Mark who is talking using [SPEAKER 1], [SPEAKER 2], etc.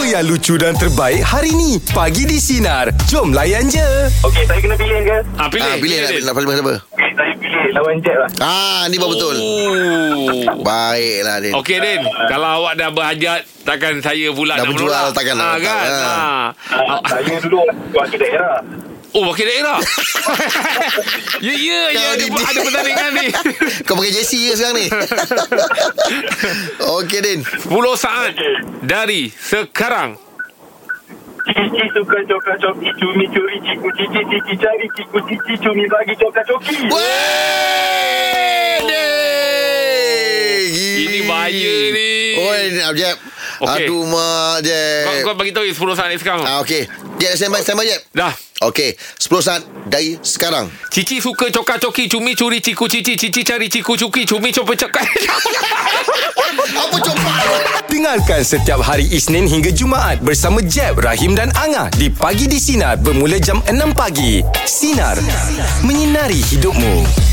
[SPEAKER 1] yang lucu dan terbaik hari ni. Pagi di Sinar. Jom layan je.
[SPEAKER 2] Okey, saya kena pilih ke?
[SPEAKER 3] Ha, pilih.
[SPEAKER 4] Ah, pilih nak, nak paling siapa?
[SPEAKER 2] Okey, saya pilih lawan Jack lah.
[SPEAKER 4] Ah, ni baru betul.
[SPEAKER 3] Oh.
[SPEAKER 4] Baiklah Din.
[SPEAKER 3] Okey Din, kalau awak dah berhajat, takkan saya pula
[SPEAKER 4] Dah
[SPEAKER 3] nak
[SPEAKER 4] berjual,
[SPEAKER 3] menolak.
[SPEAKER 4] takkan
[SPEAKER 3] ha,
[SPEAKER 4] nak datang,
[SPEAKER 3] kan?
[SPEAKER 4] ha.
[SPEAKER 3] Ha.
[SPEAKER 2] Ah, saya dulu wakil daerah.
[SPEAKER 3] Oh, wakil daerah. ya, ya, ya.
[SPEAKER 4] Kau
[SPEAKER 3] Ada,
[SPEAKER 4] ni-
[SPEAKER 3] ada pertandingan ni.
[SPEAKER 4] Kau pakai JC ke sekarang ni? Okey Din.
[SPEAKER 3] 10 saat dari sekarang.
[SPEAKER 2] Cici suka coklat coki, cumi curi, ciku cici, cici cari, ciku cici, cumi bagi coklat coki.
[SPEAKER 4] Wey, Din. Gila.
[SPEAKER 3] Ini bahaya ni.
[SPEAKER 4] Oh, ini nak Jeb.
[SPEAKER 3] Okey.
[SPEAKER 4] Aduh,
[SPEAKER 3] Kau,
[SPEAKER 4] mak Jeb.
[SPEAKER 3] kau bagi tahu 10 saat ni sekarang.
[SPEAKER 4] Ah, okey. Jeb, stand by, stand by, Jeb.
[SPEAKER 3] Dah.
[SPEAKER 4] Okey, 10 saat dari sekarang.
[SPEAKER 3] Cici suka coka coki cumi curi ciku cici cici cari ciku cuki cumi coba cekai.
[SPEAKER 4] Apa coba?
[SPEAKER 1] Dengarkan setiap hari Isnin hingga Jumaat bersama Jeb, Rahim dan Angah di Pagi di Sinar bermula jam 6 pagi. Sinar. Menyinari hidupmu.